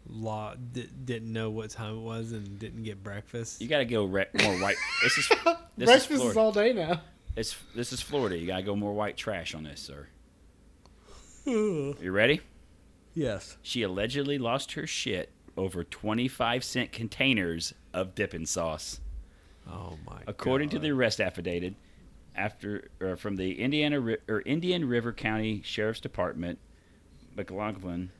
law di- didn't know what time it was and didn't get breakfast.
You got to go re- more white. This is this is
Breakfast is,
Florida.
all day now.
it's, this is Florida. You got to go more white trash on this, sir. You ready?
yes.
She allegedly lost her shit over 25 cent containers of dipping sauce.
Oh my.
According to
God.
the arrest affidavit, after or from the Indiana Ri- or Indian River County Sheriff's Department, McLaughlin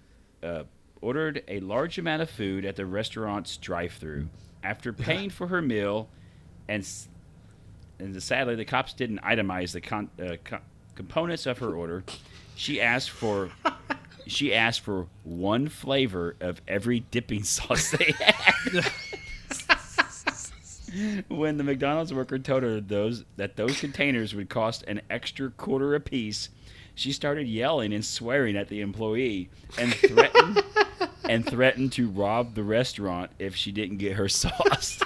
uh, ordered a large amount of food at the restaurant's drive-through. After paying for her meal, and s- and sadly, the cops didn't itemize the con- uh, co- components of her order. She asked for she asked for one flavor of every dipping sauce they had. when the McDonald's worker told her those that those containers would cost an extra quarter apiece, she started yelling and swearing at the employee and threatened and threatened to rob the restaurant if she didn't get her sauce.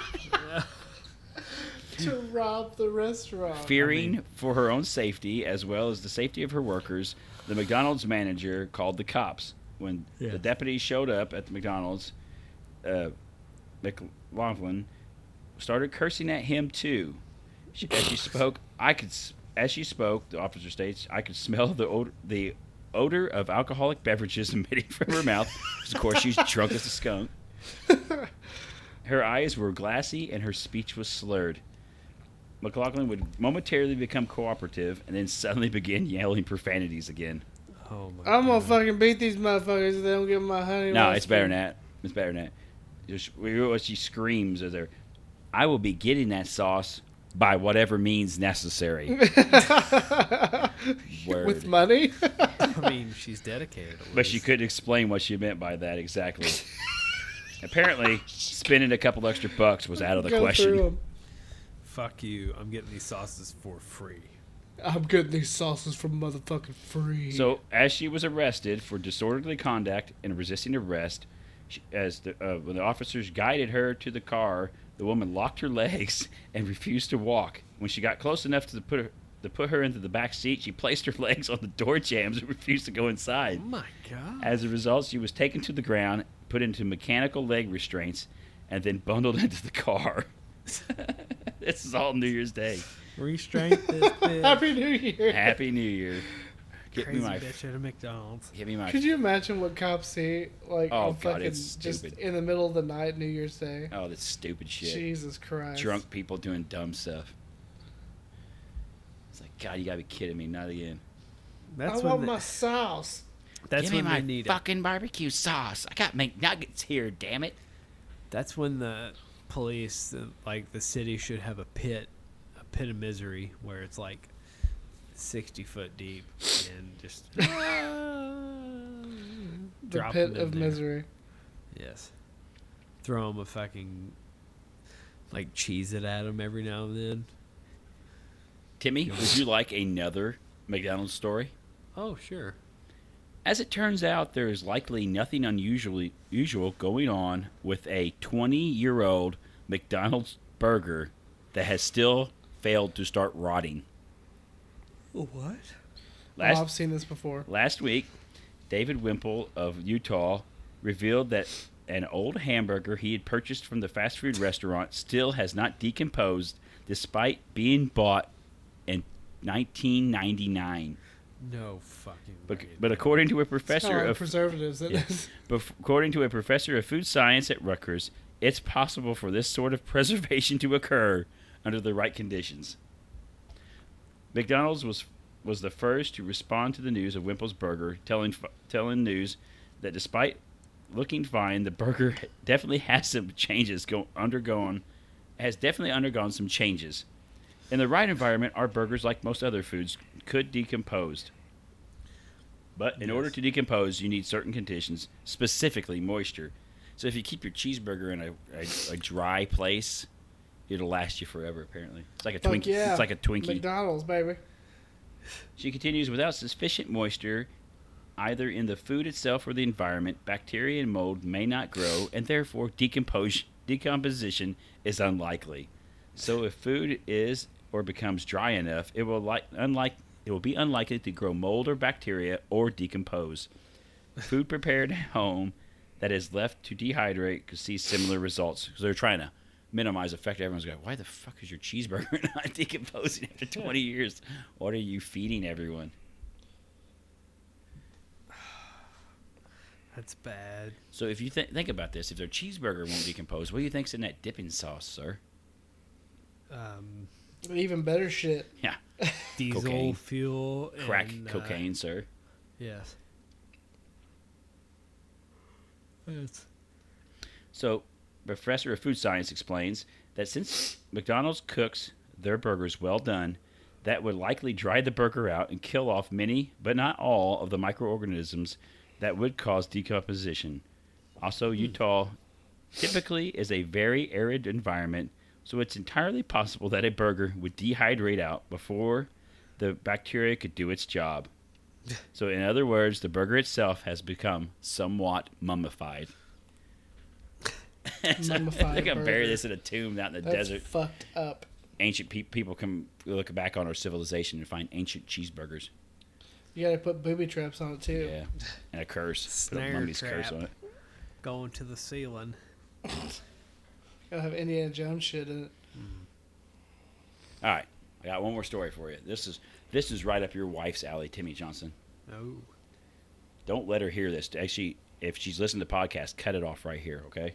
to rob the restaurant.
Fearing for her own safety as well as the safety of her workers, the McDonald's manager called the cops. When
Yeah.
the deputies showed up at the McDonald's, uh, McLaughlin started cursing at him too. She, as she spoke, I could. s- As she spoke, the officer states, I could smell the odor, the odor of alcoholic beverages emitting from her mouth. 'cause of course, she's drunk as a skunk. Her eyes were glassy, and her speech was slurred. McLaughlin would momentarily become cooperative and then suddenly begin yelling profanities again.
Oh my
I'm gonna
God.
fucking beat these motherfuckers if they don't give my honey.
No,
roast
it's better than
beef.
that. It's better than that. Just- we hear what she screams as there. I will be getting that sauce by whatever means necessary. Word.
With money?
I mean, she's dedicated. at
but she
least.
couldn't explain what she meant by that exactly. Apparently, spending a couple extra bucks was out of the
Go
question.
through 'em.
Fuck you! I'm getting these sauces for free.
I'm getting these sauces for motherfucking free.
So, as she was arrested for disorderly conduct and resisting arrest, she, as the, uh, when the officers guided her to the car, the woman locked her legs and refused to walk. When she got close enough to put her, to put her into the back seat, she placed her legs on the door jambs and refused to go inside.
Oh My God!
As a result, she was taken to the ground, put into mechanical leg restraints, and then bundled into the car. this is all New Year's Day.
Restraint this bitch.
Happy New Year.
Happy New Year. Get
Crazy
me my.
bitch at a McDonald's.
Get me my.
Could you imagine what cops see like
Oh,
on
God,
fucking
it's
just
stupid.
in the middle of the night, New Year's Day?
Oh, this stupid shit.
Jesus Christ!
drunk people doing dumb stuff. It's like, God, you gotta be kidding me! Not again.
That's
I
when.
want
They,
my sauce.
that's when they need. it.
barbecue sauce. I got McNuggets here, damn it!
That's when the police, the- like the city, should have a pit, a pit of misery where it's like sixty foot deep and just.
The
Drop
pit
them in
of
there.
misery. Oh,
Yes. Throw him a fucking like cheese it at him every now and then.
Timmy, would you like another McDonald's story?
Oh sure.
As it turns out, there is likely nothing unusually usual going on with a 20-year-old McDonald's burger that has still failed to start rotting.
What?
oh, I've seen this before.
Last week, David Wimple of Utah revealed that an old hamburger he had purchased from the fast food restaurant still has not decomposed despite being bought in 1999.
No fucking.
But,
way.
but according to a
It's
professor
kind of
of
preservatives. isn't
yeah.
it?
Bef- According to a professor of food science at Rutgers, it's possible for this sort of preservation to occur under the right conditions. McDonald's was was the first to respond to the news of Wimple's burger, telling f- telling news that despite looking fine, the burger definitely has some changes go undergone has definitely undergone some changes. In the right environment, our burgers, like most other foods, could decompose. But in order
Yes.
to decompose, you need certain conditions, specifically moisture. So if you keep your cheeseburger in a, a, a dry place, it'll last you forever. Apparently, it's like a
Fuck
Twinkie.
yeah.
It's like a Twinkie.
McDonald's, baby.
She continues without sufficient moisture, either in the food itself or the environment, bacteria and mold may not grow, and therefore decompos- decomposition is unlikely. So, if food is or becomes dry enough, it will like unlike it will be unlikely to grow mold or bacteria or decompose. Food prepared at home that is left to dehydrate could see similar results. So they're trying to minimize effect. Everyone's going, why the fuck is your cheeseburger not decomposing after 20 years? What are you feeding everyone?
That's bad.
So if you th- think about this, if their cheeseburger won't decompose, what do you think's in that dipping sauce, sir?
Um,
Even better shit.
Yeah,
diesel
Cocaine.
fuel.
crack
and, uh,
cocaine, sir.
Yes. It's
So, professor of food science explains that since McDonald's cooks their burgers well done, that would likely dry the burger out and kill off many, but not all, of the microorganisms that would cause decomposition. Also,
Hmm.
Utah typically is a very arid environment, so it's entirely possible that a burger would dehydrate out before the bacteria could do its job. So, in other words, the burger itself has become somewhat mummified. So,
Mummified
they can bury
burger.
this in a tomb out in the
That's
desert.
fucked up.
Ancient pe- people can look back on our civilization and find ancient cheeseburgers.
You gotta put booby traps on it too.
Yeah, and a curse. Put a
Snare
mummy's curse
trap.
on it.
Going to the ceiling.
It'll have Indiana Jones shit in it.
All right, I got one more story for you. This is this is right up your wife's alley, Timmy Johnson.
Oh.
Don't let her hear this. Actually, if she's listening to the podcast, cut it off right here, okay?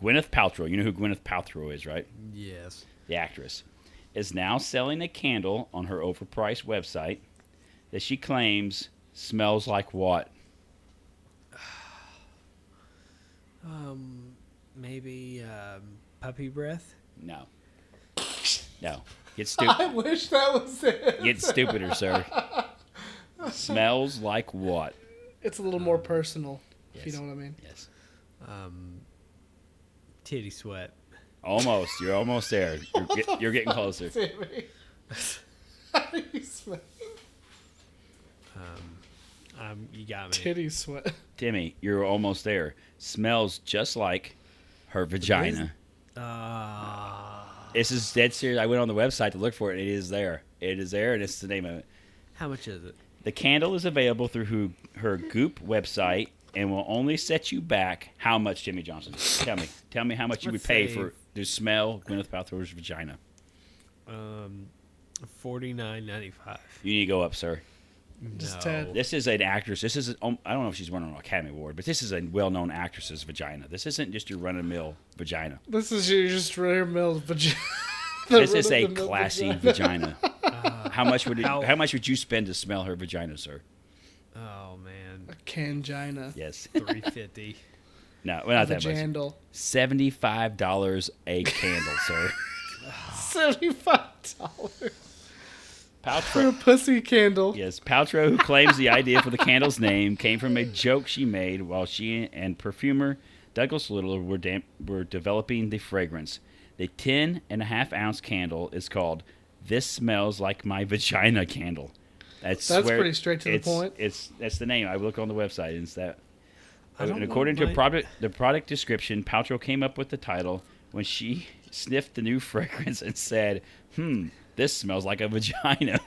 Gwyneth Paltrow, you know who Gwyneth Paltrow is, right?
Yes.
The actress is now selling a candle on her overpriced website that she claims smells like what?
Um, maybe um, puppy breath.
No. No. Get
I
stupid.
wish that was it.
Get stupider, sir. smells like what?
It's a little more personal, if you
yes.
know what I mean.
Yes.
Um, titty sweat.
Almost. You're almost there. You're, get, you're getting closer.
Timmy. How do you smell?
Um, you got me.
Titty sweat.
Timmy, you're almost there. Smells just like her vagina.
Uh,
This is dead serious. I went on the website to look for it. and It is there. It is there, and it's the name of it.
how much is it?
The candle is available through who, her Goop website and will only set you back how much, Jimmy Johnson? Tell me. Tell me how much you would
Let's
pay
say-
for to smell Gwyneth Paltrow's vagina.
Um, forty nine ninety five.
You need to go up, sir.
Just
no.
tad.
This is an actress. This is, a, um, I don't know if she's won an Academy Award, but this is a well known actress's vagina. This isn't just your run of the mill vagina.
This is your just rare mill vagina.
this is a classy vagina. how much would it,
How-
how, much would you spend to smell her vagina, sir?
Oh man,
Cangina.
Yes.
three fifty.
No, well, not that much.
Vagandal.
Seventy-five dollars a candle, sir.
Seventy-five dollars for a
Paltrow.
pussy candle.
Yes, Paltrow, who claims the idea for the candle's name came from a joke she made while she and perfumer Douglas Little were dam- were developing the fragrance. The ten and a half ounce candle is called "This Smells Like My Vagina" candle. That's,
That's pretty straight to the point.
It's that's the name. I look on the website and it's that.
I don't
And
want
according to
my-
product, the product description, Paltrow came up with the title when she sniffed the new fragrance and said, "Hmm, this smells like a vagina."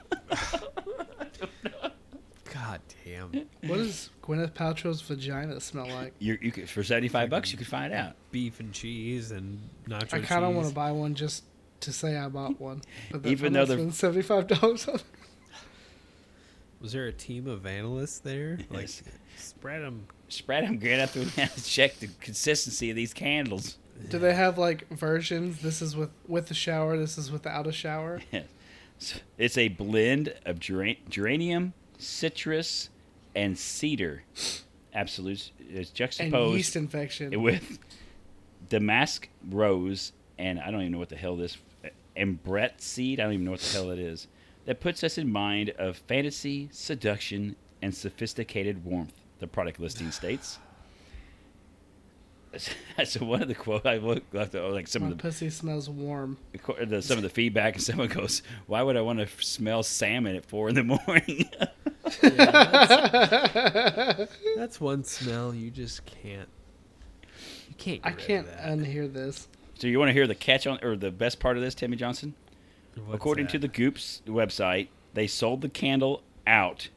God damn.
What does Gwyneth Paltrow's vagina smell like?
you, you could, for seventy-five bucks, you could find out.
Beef and cheese and nacho
I kind of want
cheese.
to buy one just to say I bought one. But that,
Even
Even
though
though
they're-
seventy-five dollars on it.
Was there a team of analysts there? Like,
Yes.
spread them.
Spread them good after we have to check the consistency of these candles.
Do they have like versions? This is with with the shower. This is without a shower.
Yes. It's a blend of geran- geranium, citrus, and cedar. Absolute. It's
And
juxtaposed.
yeast infection.
with Damask Rose and I don't even know what the hell this and Brett Seed. I don't even know what the hell that is. That puts us in mind of fantasy, seduction, and sophisticated warmth. The product listing states. So one of the quote I looked like, like some
My
of the
pussy smells warm.
according to some of the feedback, and someone goes, "Why would I want to smell salmon at four in the morning?"
That's one smell you just can't. You can't. Get
I
rid of
can't
that.
unhear this.
so you want to hear the catch on or the best part of this, Timmy Johnson?
What's
According to
that?
the Goops website, they sold the candle out,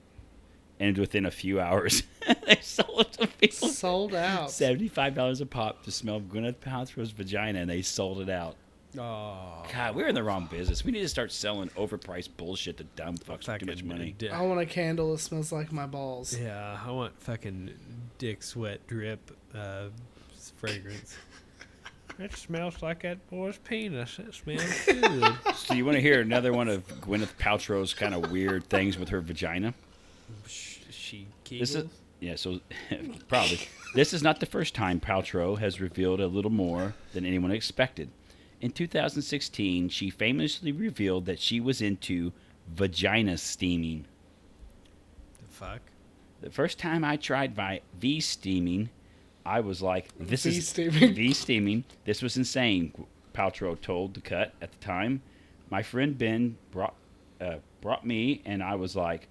and within a few hours, they sold it to people.
Sold out.
Seventy-five dollars a pop to smell Gwyneth Paltrow's vagina, and they sold it out.
Oh,
God, we're in the wrong business. We need to start selling overpriced bullshit to dumb fucks with too
fucking
much money.
dick.
I want a candle that smells like my balls.
Yeah, I want fucking dick sweat drip uh, s- fragrance. it smells like that boy's penis. It smells good.
So you want to hear another one of Gwyneth Paltrow's kind of weird things with her vagina?
Sh- she
This is
giggles.
yeah. So probably this is not the first time Paltrow has revealed a little more than anyone expected. In 2016, she famously revealed that she was into vagina steaming.
the fuck.
The first time I tried vi- V steaming, I was like, "This is
V-steaming.
V steaming. This was insane." Paltrow told the cut at the time. My friend Ben brought uh, brought me, and I was like,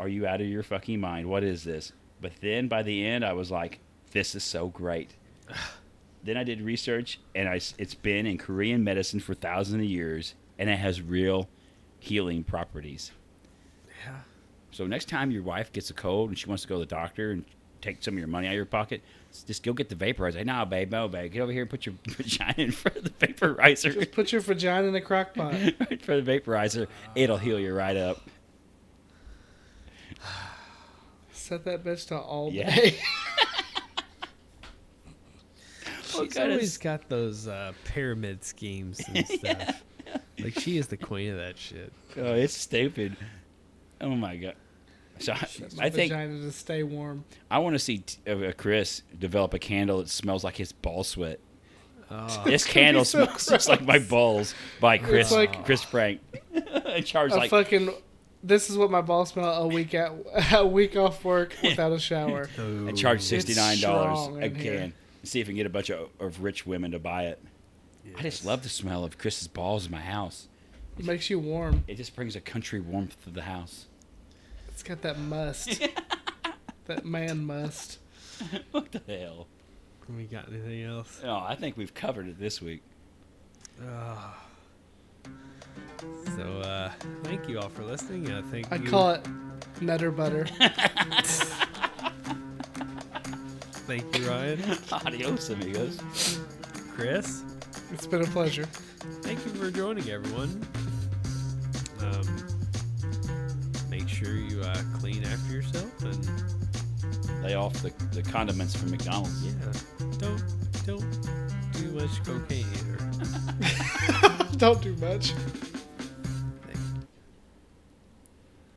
"Are you out of your fucking mind? What is this?" But then by the end, I was like, "This is so great." then I did research, and I s- it's been in Korean medicine for thousands of years, and it has real healing properties.
Yeah.
So next time your wife gets a cold and she wants to go to the doctor and take some of your money out of your pocket, s- just go get the vaporizer. Hey, nah, babe, no, babe, get over here and put your vagina in front of the vaporizer.
Just put your vagina in a crock pot.
right for the vaporizer, it'll heal you right up.
Set that bitch to all
Yeah.
day.
She's always got those uh, pyramid schemes and stuff. Like she is the queen of that shit.
Oh, it's stupid. Oh my god. So I, I think
vagina to stay warm.
I want to see t- uh, uh, Chris develop a candle that smells like his ball sweat.
Ah.
this candle
so
smells just like my balls by Chris
like-
Chris Frank. and charge
A
like
fucking. This is what my balls smell a week at a week off work without a shower.
and charge sixty nine dollars
strong
a
in here.
can. See if we can get a bunch of, of rich women to buy it. I just love the smell of Chris's balls in my house.
It makes you warm.
It just brings a country warmth to the house.
It's got that must. that man must.
What the hell?
We got anything else?
No, I think we've covered it this week.
So uh, thank you all for listening. I think
I
you,
call it nutter butter.
Thank you, Ryan,
Adios, amigos.
Chris.
It's been a pleasure.
Thank you for joining, everyone. Um, make sure you uh, clean after yourself and
Lay off the, the condiments from McDonald's.
yeah, don't don't do much cocaine either.
Don't do much.